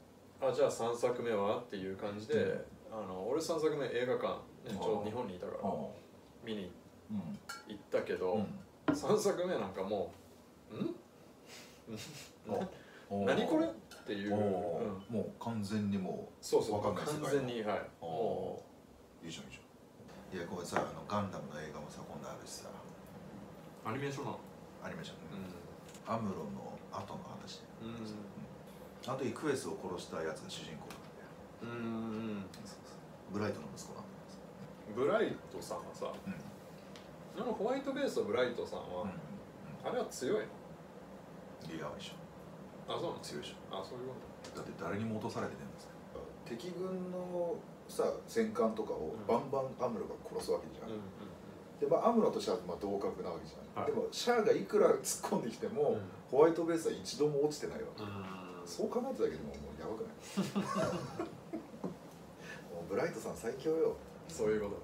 Speaker 1: あじゃあ3作目はっていう感じで、あの俺3作目映画館、ね、ちょうど日本にいたから
Speaker 2: どうんあ
Speaker 1: 見に
Speaker 2: うん
Speaker 1: 行ったけど、3作目なんかもう「んん
Speaker 2: おー
Speaker 1: 何これ?」っていう、
Speaker 2: おー
Speaker 1: うん
Speaker 2: もう完全にも
Speaker 1: そうそう
Speaker 2: わかんない世界
Speaker 1: 完
Speaker 2: の
Speaker 1: 全にはいうも
Speaker 2: ういいじゃんいいじゃんいやこれさあのガンダムの映画もさ今度あるしさ
Speaker 3: アニメーションなの
Speaker 2: アニメじゃん、
Speaker 1: う、
Speaker 2: アムロの後の話だよ
Speaker 1: うん
Speaker 2: あの時クエスを殺したやつが主人公なんだよ
Speaker 1: うんうん
Speaker 2: ブライトの息子なんだけどさ
Speaker 1: ブライトさんはさ
Speaker 2: うん
Speaker 1: あのホワイトベースのブライトさんは、あれは強い
Speaker 2: うんリアは一緒
Speaker 1: のあそうなの
Speaker 2: 強いでし
Speaker 1: あそういうこ
Speaker 2: ょだって誰にも落とされてないんです敵軍のさ戦艦とかを
Speaker 1: うん
Speaker 2: バンバンアムロが殺すわけじゃ
Speaker 1: と
Speaker 2: ん、
Speaker 1: うんうん
Speaker 2: でまあアムロとシャアってまあ同格なわけじゃん、
Speaker 3: はい
Speaker 2: でもシャアがいくら突っ込んできても、
Speaker 1: うん
Speaker 2: ホワイトベースは一度も落ちてないわけ、
Speaker 3: うん
Speaker 2: そう考えただけでももうやばくない もうブライトさん最強よ
Speaker 1: そういうこ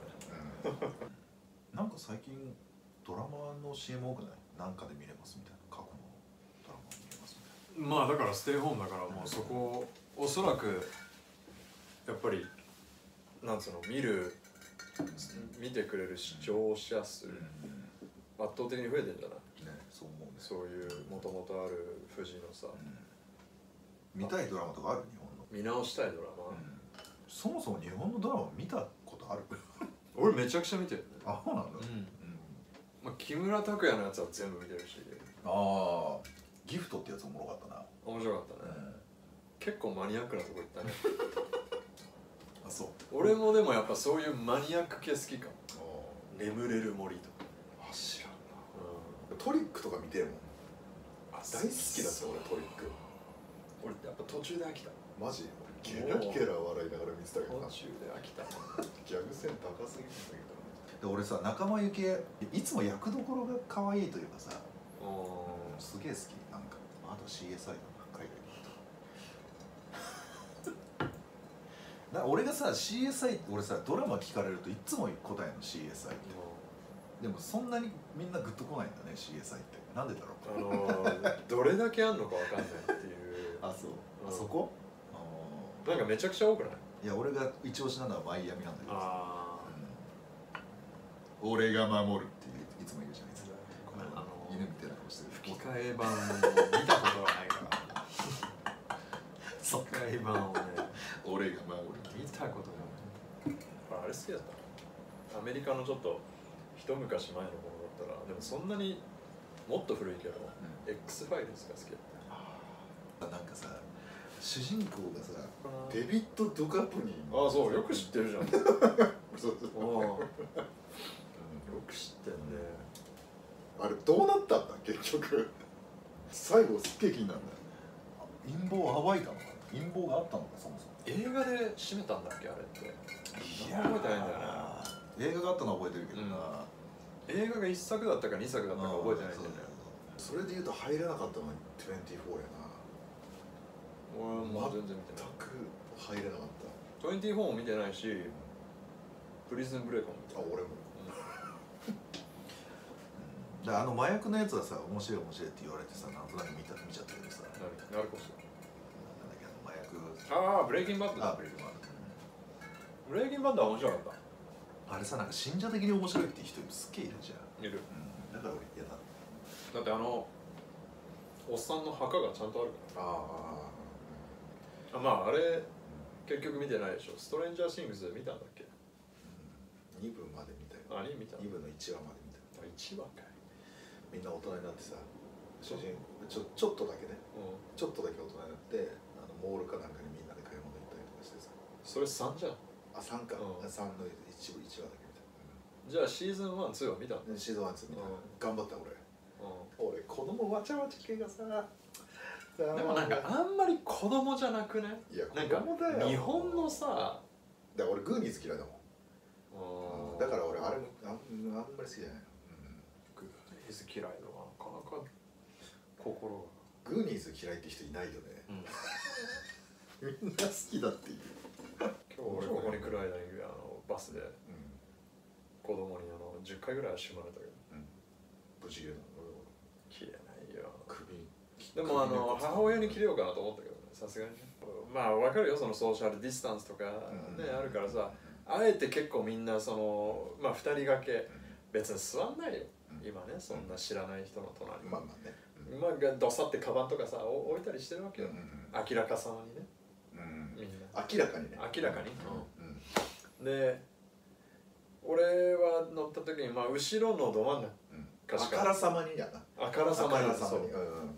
Speaker 1: とね
Speaker 2: うん なんか最近ドラマの CM 多くないなんかで見れますみたいな過去のドラマ見れますみた
Speaker 3: まあだからステイホームだからもうそこおそらくやっぱり
Speaker 1: なんつうの見る
Speaker 2: いな
Speaker 1: 見てくれる視聴者数、
Speaker 2: うん
Speaker 1: 圧倒的に増えてんじゃない
Speaker 2: ねそう思うね
Speaker 1: そういうもともとある富士のさ
Speaker 2: うん見たいドラマとかある日本の、
Speaker 1: 見直したいドラマ、
Speaker 2: うんそもそも日本のドラマ見たことある
Speaker 3: 俺めちゃくちゃ見てる、
Speaker 2: あそうなんだ、
Speaker 3: うん
Speaker 2: うん
Speaker 1: まあ、木村拓哉のやつは全部見てるし
Speaker 2: ああギフトってやつおもろかったな、
Speaker 1: 面白かったね、結構マニアックなとこ行ったね
Speaker 2: あそう
Speaker 1: 俺もでもやっぱそういうマニアック系好きかも
Speaker 2: あ
Speaker 1: 「眠れる森」とか、
Speaker 2: あ知らんなトリックとか見てるもん
Speaker 1: あ
Speaker 2: 大好きだった俺トリック
Speaker 1: 俺やっぱ途中で飽きた
Speaker 2: マジゲラゲラ笑いながら見てたけど
Speaker 1: 途
Speaker 2: な
Speaker 1: 中で飽きた
Speaker 2: ギャグ線高すぎるんだけどで俺さ仲間由紀恵いつも役どころが可愛いというかさ
Speaker 1: うん
Speaker 2: すげえ好きなんかあと CSI だな海外 のな俺がさ CSI 俺さドラマ聞かれるといつも答えんの CSI ってでもそんなにみんなグッとこないんだね CSI ってなんでだろう
Speaker 1: あのー、どれだけあんのかわかんないっていう
Speaker 2: あそう
Speaker 1: うん
Speaker 2: あそこ
Speaker 1: なんかめちゃくちゃ多くない
Speaker 2: いや俺が一押しなのはマイアミなんだけどさ
Speaker 3: あ
Speaker 2: うん俺が守るっていつも言うじゃないですか
Speaker 3: ごめんあの
Speaker 2: 犬みたいな顔してる
Speaker 3: 吹き替え版を見たことがないから
Speaker 2: そ
Speaker 3: 吹き替え版をね
Speaker 2: 俺が守る
Speaker 3: 見たことが
Speaker 1: ああれ好きだったアメリカのちょっと一昔前のものだったらでもそんなにもっと古いけど X ファイルズが好きだっ
Speaker 2: なんかさ主人公がさ
Speaker 1: たな
Speaker 2: デビッド・ドカプに
Speaker 1: ああそうよく知ってるじゃん
Speaker 2: そうそう
Speaker 1: おう
Speaker 2: う
Speaker 1: よく知ってんね
Speaker 2: んあれどうなったんだ結局 最後すっげえ気になるんだよ陰謀を暴いたのか陰謀があったのかそもそも
Speaker 1: 映画で締めたんだっけあれって
Speaker 2: い
Speaker 1: やー
Speaker 2: 覚えてないんだよな映画があったのは覚えてるけどな、
Speaker 1: うん映画が1作だったか2作だったか覚えてないんだ
Speaker 2: そ
Speaker 1: よ
Speaker 2: う
Speaker 1: ね
Speaker 2: だよそれで言うと入れなかったのは24やな
Speaker 1: 俺もう全然見て
Speaker 2: 全
Speaker 1: ない
Speaker 2: く入れなかった
Speaker 1: 24も見てないしプリズンブレイクも見て
Speaker 2: あ
Speaker 1: ない
Speaker 2: 俺も、だからあの麻薬のやつはさ面白い面白いって言われてさなんとなく見た見ちゃったけどさなんだっ
Speaker 1: 何ナルコス
Speaker 2: けあの麻薬
Speaker 1: ああブレイキンバッドだ
Speaker 2: あブレイクマン
Speaker 1: ブレイキンバッドは面白かっ
Speaker 2: あれさなんか信者的に面白いって人すっげえいるじゃん、
Speaker 1: た見る
Speaker 2: うん、だから俺嫌だ
Speaker 1: だってあのおっさんの墓がちゃんとあるか
Speaker 2: ああ
Speaker 1: らあまああれ結局見てないでしょストレンジャーシングス見たんだっけ
Speaker 2: 2部まで見たよ
Speaker 1: 何見たの
Speaker 2: 2部の1話まで見た
Speaker 1: あ
Speaker 2: よ
Speaker 1: 一番かい
Speaker 2: みんな大人になってさ主人ちょちょっとだけね
Speaker 1: うん
Speaker 2: ちょっとだけ大人になってあのモールかなんかにみんなで買い物行ったりとかしてさ
Speaker 1: それ3じゃん
Speaker 2: あ三か、
Speaker 1: うん
Speaker 2: 三の一部一話だけみたい
Speaker 1: じゃあシーズン12は見たの
Speaker 2: な、でシードワンツーみたいな、
Speaker 1: うん
Speaker 2: 頑張った俺俺子供わちゃわちゃ系がさ
Speaker 1: で
Speaker 2: で
Speaker 1: もなんかあんまり子供じゃなくね
Speaker 2: いや
Speaker 1: なんか
Speaker 2: 子供だよ
Speaker 1: 日本のさ
Speaker 2: だから俺グーニーズ嫌いだも
Speaker 1: う
Speaker 2: ん、
Speaker 1: ん
Speaker 2: だから俺あれもあんあんまり好きじゃない、
Speaker 1: グーニーズ嫌いのはなかなか心が
Speaker 2: うん、グーニーズ嫌いって人いないよねみんな好きだっていう、
Speaker 1: 今日俺ここに来る間にあのバスで
Speaker 2: う
Speaker 1: 子供にあの10回ぐらい足まれたけど
Speaker 2: んうん、無事言うの
Speaker 1: 切れないよ
Speaker 2: 俺首
Speaker 1: でもあ
Speaker 2: 首根っ
Speaker 1: の
Speaker 2: こさ
Speaker 1: 母親に切れようかなと思ったけどねさすがにねまあわかるよそのソーシャルディスタンスとかね、
Speaker 2: うん
Speaker 1: あるからさあえて結構みんなそのまあ2人掛け別に座んないよ
Speaker 2: うん
Speaker 1: 今ねそんな知らない人の隣に
Speaker 2: まあまあね
Speaker 1: まあがどさってカバンとかさお置いたりしてるわけ
Speaker 2: うん
Speaker 1: よ、明らかさまにね
Speaker 2: うんうん
Speaker 1: みんな
Speaker 2: 明らかにね
Speaker 1: 明らかに
Speaker 2: うんうん
Speaker 1: で俺は乗った時にまあ後ろのど真ん中
Speaker 2: うん
Speaker 1: 確か
Speaker 2: あからさまにやな
Speaker 1: あからさまに
Speaker 2: さまに
Speaker 1: そう
Speaker 2: うんうん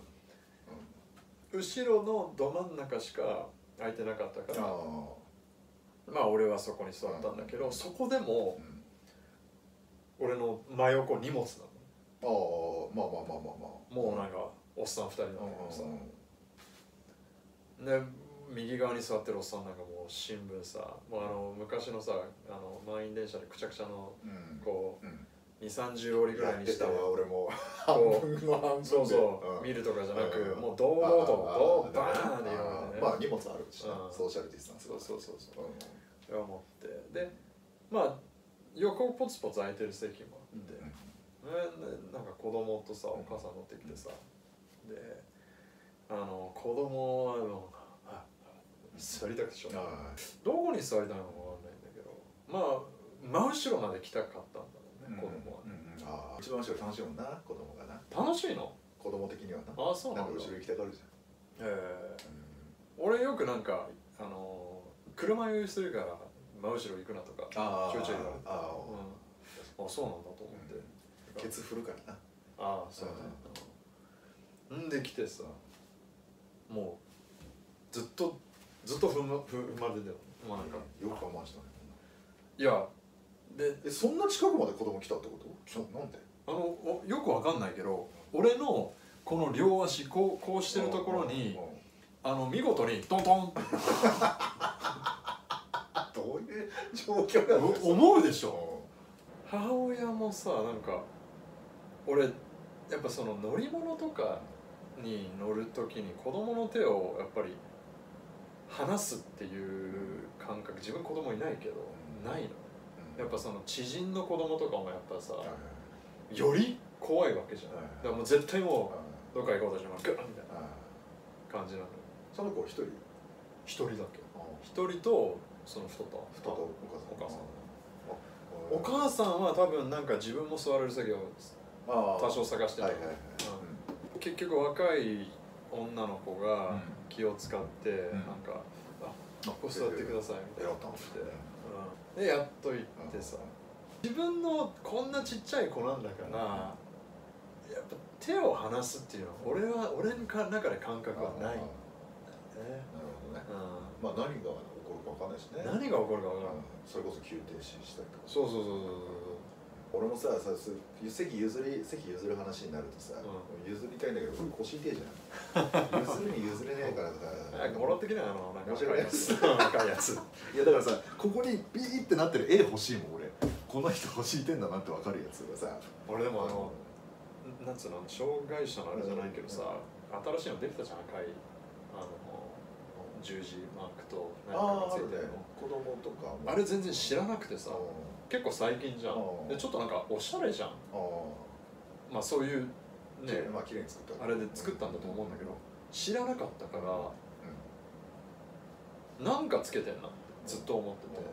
Speaker 1: 後ろのど真ん中しか空いてなかったから
Speaker 2: あ
Speaker 1: まあ俺はそこに座ったんだけど、
Speaker 2: うん
Speaker 1: そこで
Speaker 2: あ
Speaker 1: も
Speaker 2: うん
Speaker 1: 俺の真横荷物な
Speaker 2: ああまあまあまあまあまあ
Speaker 1: のもうなんかおっさん2人なんだ
Speaker 2: うんうん
Speaker 1: けどさ、で右側に座ってるおっさんなんかもう新聞さもうあの昔のさあの満員電車でくちゃくちゃの
Speaker 2: うん
Speaker 1: こ
Speaker 2: うん
Speaker 1: う2 3 0折りぐらい
Speaker 2: やっ
Speaker 1: に
Speaker 2: て
Speaker 1: して
Speaker 2: たわ俺も半
Speaker 1: こう
Speaker 2: 分の半分で
Speaker 1: そうそ
Speaker 2: ん
Speaker 1: う見るとかじゃなく
Speaker 2: うん
Speaker 1: もう堂々とドーバーンで言われてね
Speaker 2: まあ荷物あるしな
Speaker 1: うん
Speaker 2: ソーシャルディスタンス
Speaker 1: そうそうそうそう
Speaker 2: うん
Speaker 1: 思ってでまあ横ポツポツ空いてる席もあって、えなんか子供とさお母さん乗ってきてさ、であの子供はあのあ座りたくてしょうがない
Speaker 2: あ
Speaker 1: どこに座りたいのかわかんないんだけどまあ真後ろまで来たかったんだろうね子
Speaker 2: ー
Speaker 1: 供は
Speaker 2: うん
Speaker 1: ね、
Speaker 2: うんあー一番後ろ楽しいもんな子供がな
Speaker 1: 楽しいの
Speaker 2: 子供的にはな
Speaker 1: ああそうな
Speaker 2: なんか
Speaker 1: んだ
Speaker 2: 後ろ行きたがるじ
Speaker 1: ええ
Speaker 2: ゃん
Speaker 1: 俺よくなんかあの車酔いするから真後ろ行くなとか
Speaker 2: あー
Speaker 1: ちょいちょい言われて
Speaker 2: あ
Speaker 1: うんあそうなんだと思って、
Speaker 2: ーケツ振るからな
Speaker 1: ああそうね、うん、で来てさもうずっとずっと踏ま踏踏まれてたよまあなんか
Speaker 2: よく我慢したね
Speaker 1: いやで
Speaker 2: えそんな近くまで子供来たってことちょなんで
Speaker 1: あのおよくわかんないけど俺のこの両足こうこうしてるところに
Speaker 2: うんうん
Speaker 1: あの見事にトントンって
Speaker 2: あどういう状況なの
Speaker 1: お思うでしょ
Speaker 2: そ
Speaker 1: 母親もさなんか俺やっぱその乗り物とかに乗る時に子供の手をやっぱり離すっていう感覚自分子供いないけどないの
Speaker 2: う
Speaker 1: やっぱその知人の子供とかもやっぱさ
Speaker 2: はいはい
Speaker 1: より怖いわけじゃん
Speaker 2: はいはい
Speaker 1: だからもう絶対も
Speaker 2: はいう
Speaker 1: どっか行こうとしてもグッみたい
Speaker 2: あ
Speaker 1: な感じなのよ
Speaker 2: ーその子一人
Speaker 1: 一人だけ一人とその太った
Speaker 2: 太とお母さん
Speaker 1: お母さん
Speaker 2: あ
Speaker 1: お母さんは多分なんか自分も座れる席を
Speaker 2: あー
Speaker 1: 多少探してた
Speaker 2: はいはいはい
Speaker 1: 結局若い女の子
Speaker 2: う
Speaker 1: が
Speaker 2: ん
Speaker 1: 気を使ってなん
Speaker 2: ん
Speaker 1: か「あここ座ってください」みたい
Speaker 2: や
Speaker 1: な
Speaker 2: っ、たんですね
Speaker 1: うん、でやっと行ってさ自分のこんなちっちゃい子なんだからやっぱ手を離すっていうのは俺は俺の中で感覚はない
Speaker 2: なる
Speaker 1: ね、
Speaker 2: ほどね
Speaker 1: う
Speaker 2: まあ何が起こるか分かんないしね
Speaker 1: ん、何が起こるか分
Speaker 2: う
Speaker 1: からない
Speaker 2: んそれこそ急停止したりとか
Speaker 1: そうそうそうそう
Speaker 2: 俺もささす席譲り席譲る話になるとさ、
Speaker 1: う
Speaker 2: 譲りたいんだけど俺腰痛いじ ゃん譲るに譲れないからさ
Speaker 1: そう早くもらってきなよあのなんか赤いやつ
Speaker 2: 面
Speaker 1: 赤いやつ
Speaker 2: いやだからさここにビーってなってる絵欲しいもん俺この人腰痛いんだなって分かるやつがさ
Speaker 1: 俺でもあのなんつうの障害者のあれじゃないけどさ新しいのできたじゃん赤いあの十字マークと
Speaker 2: あ
Speaker 1: 何か
Speaker 2: あ
Speaker 1: がつ
Speaker 2: あ
Speaker 1: い
Speaker 2: る
Speaker 1: て
Speaker 2: ね
Speaker 1: るの
Speaker 2: 子供とかも
Speaker 1: あれ全然知らなくてさ
Speaker 2: あ
Speaker 1: 結構最近じゃん
Speaker 2: うん
Speaker 1: でちょっとなんかおしゃれじゃん
Speaker 2: あ
Speaker 1: まあそういうね
Speaker 2: まあ綺麗に作った
Speaker 1: あれで作ったんだと思うんだけど知らなかったからなんかつけてんなずっと思ってて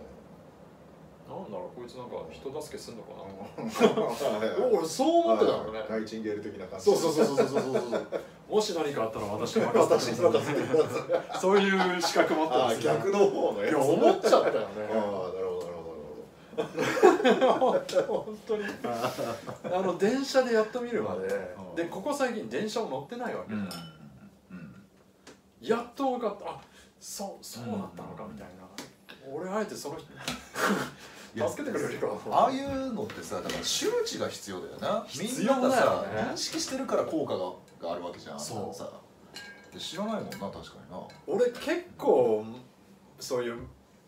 Speaker 1: なんだろうこいつなんか人助けすんのかなとか俺そう思ってたのね
Speaker 2: ナイチンゲール的な感じ
Speaker 1: そうそうそうそうそうそうそうもし何かあったら私に任せて
Speaker 2: 私に任せてください
Speaker 1: そういう資格持って
Speaker 2: あ
Speaker 1: ま
Speaker 2: ー
Speaker 1: す
Speaker 2: 逆の方の
Speaker 1: い
Speaker 2: やつ
Speaker 1: や思っちゃったよ
Speaker 2: ああなる
Speaker 1: ね
Speaker 2: ほどなるほどなる
Speaker 1: 本当にあの電車でやっと見るまで
Speaker 2: うん
Speaker 1: でここ最近電車を乗ってないわ
Speaker 2: ほ
Speaker 1: け
Speaker 2: ど
Speaker 1: じゃん
Speaker 2: うん
Speaker 1: やっと分かったあそうそうだったのかみたいな、俺あえてその人助けてくれるよ
Speaker 2: ああいうのってさだから周知が必要だよな
Speaker 1: 必要だよね
Speaker 2: みんながさ認識してるから効果ががあるわけじゃん
Speaker 1: そう
Speaker 2: さで知らないもんな確かにな
Speaker 1: 俺結構そういう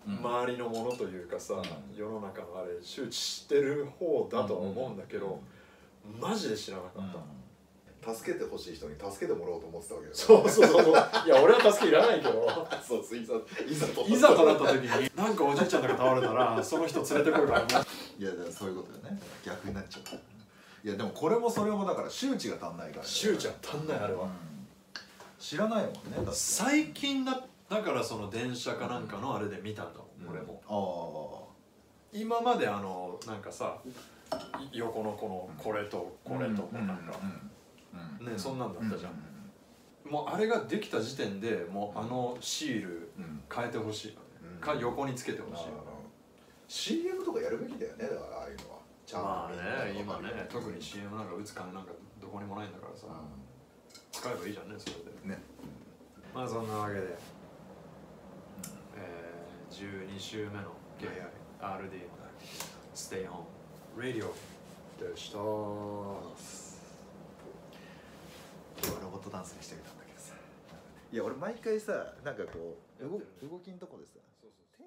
Speaker 2: うん
Speaker 1: 周りのものというかさ、
Speaker 2: うん
Speaker 1: 世の中のあれ周知してる方だとは思うんだけど、マジで知らなかった、
Speaker 2: 助けてほしい人に助けてもらおうと思ってたわけだよ
Speaker 1: そうそうそうそういや俺は助けいらないけど
Speaker 2: そうそういざいざと
Speaker 1: いざとなった時に なんかおじいちゃんとか倒れたらその人連れてくるからもう
Speaker 2: いやだからそういうことだよね逆になっちゃったいやでもこれもそれもだから周知が足んないから
Speaker 1: 周知は足んないあれは
Speaker 2: うん知らないもんねだって
Speaker 1: 最近だだからその電車かなんかのあれで見たんだもん、俺も
Speaker 2: あ
Speaker 1: 今まであのなんかさ横のこのこれとこれとこうなんか、
Speaker 2: うん
Speaker 1: ねそんなんだったじゃん
Speaker 2: ん
Speaker 1: もうあれができた時点でもうあのシール
Speaker 2: うんうん
Speaker 1: 変えてほしいよね、
Speaker 2: うん
Speaker 1: か横につけてほしいよね、
Speaker 2: CM とかやるべきだよねだからああいうのはちゃんと
Speaker 1: まあ
Speaker 2: みんなが
Speaker 1: ね今
Speaker 2: わかるよう
Speaker 1: ね特に CM なんか打つ金なんかどこにもないんだからさ、使えばいいじゃんねそれで
Speaker 2: うんね
Speaker 3: まあそんなわけで、
Speaker 1: えー、12週目の KIRD のステイホーム Radio でした
Speaker 2: 今日はロボットダンスにしてみたんだけどさいや俺毎回さなんかこう動動きんとこでさ手